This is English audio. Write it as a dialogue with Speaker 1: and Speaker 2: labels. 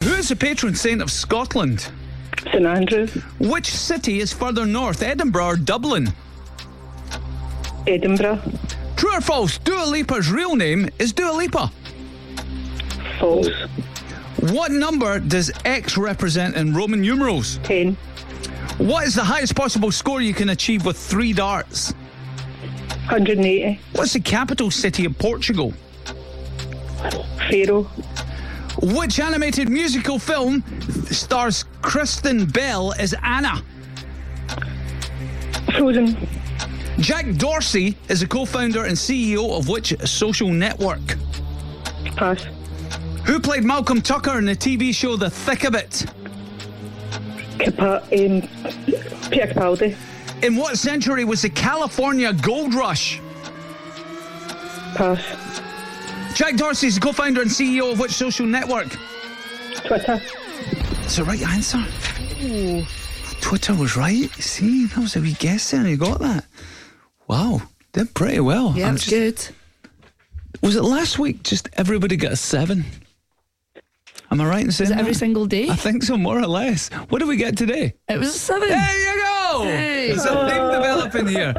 Speaker 1: the patron saint of Scotland?
Speaker 2: St Andrews,
Speaker 1: Which city is further north, Edinburgh or Dublin?
Speaker 2: Edinburgh,
Speaker 1: True or false, Dua Lipa's real name is Dua Lipa.
Speaker 2: Falls,
Speaker 1: What number does X represent in Roman numerals?
Speaker 2: 10,
Speaker 1: What is the highest possible score you can achieve with three darts?
Speaker 2: 180,
Speaker 1: What's the capital city of Portugal?
Speaker 2: Pharaoh,
Speaker 1: Which animated musical film stars Kristen Bell as Anna?
Speaker 2: Frozen,
Speaker 1: Jack Dorsey is the co founder and CEO of which social network?
Speaker 2: Pass,
Speaker 1: Who played Malcolm Tucker in the TV show The Thick of It?
Speaker 2: Capa, um, Pierre Capaldi,
Speaker 1: In what century was the California Gold Rush?
Speaker 2: Pass,
Speaker 1: Jack Dorsey is the co founder and CEO of which social network?
Speaker 2: Twitter,
Speaker 1: It's the right answer. Twitter was right. See, that was a wee guess there. You got that. Wow, did pretty well.
Speaker 3: Yeah,
Speaker 1: I'm
Speaker 3: it's
Speaker 1: just-
Speaker 3: good.
Speaker 1: Was it last week? Just everybody got a seven. Am I right in saying
Speaker 3: Is it
Speaker 1: that?
Speaker 3: every single day?
Speaker 1: I think so, more or less. What do we get today?
Speaker 3: It was a seven.
Speaker 1: There you go.
Speaker 3: Hey.
Speaker 1: There's a theme developing here.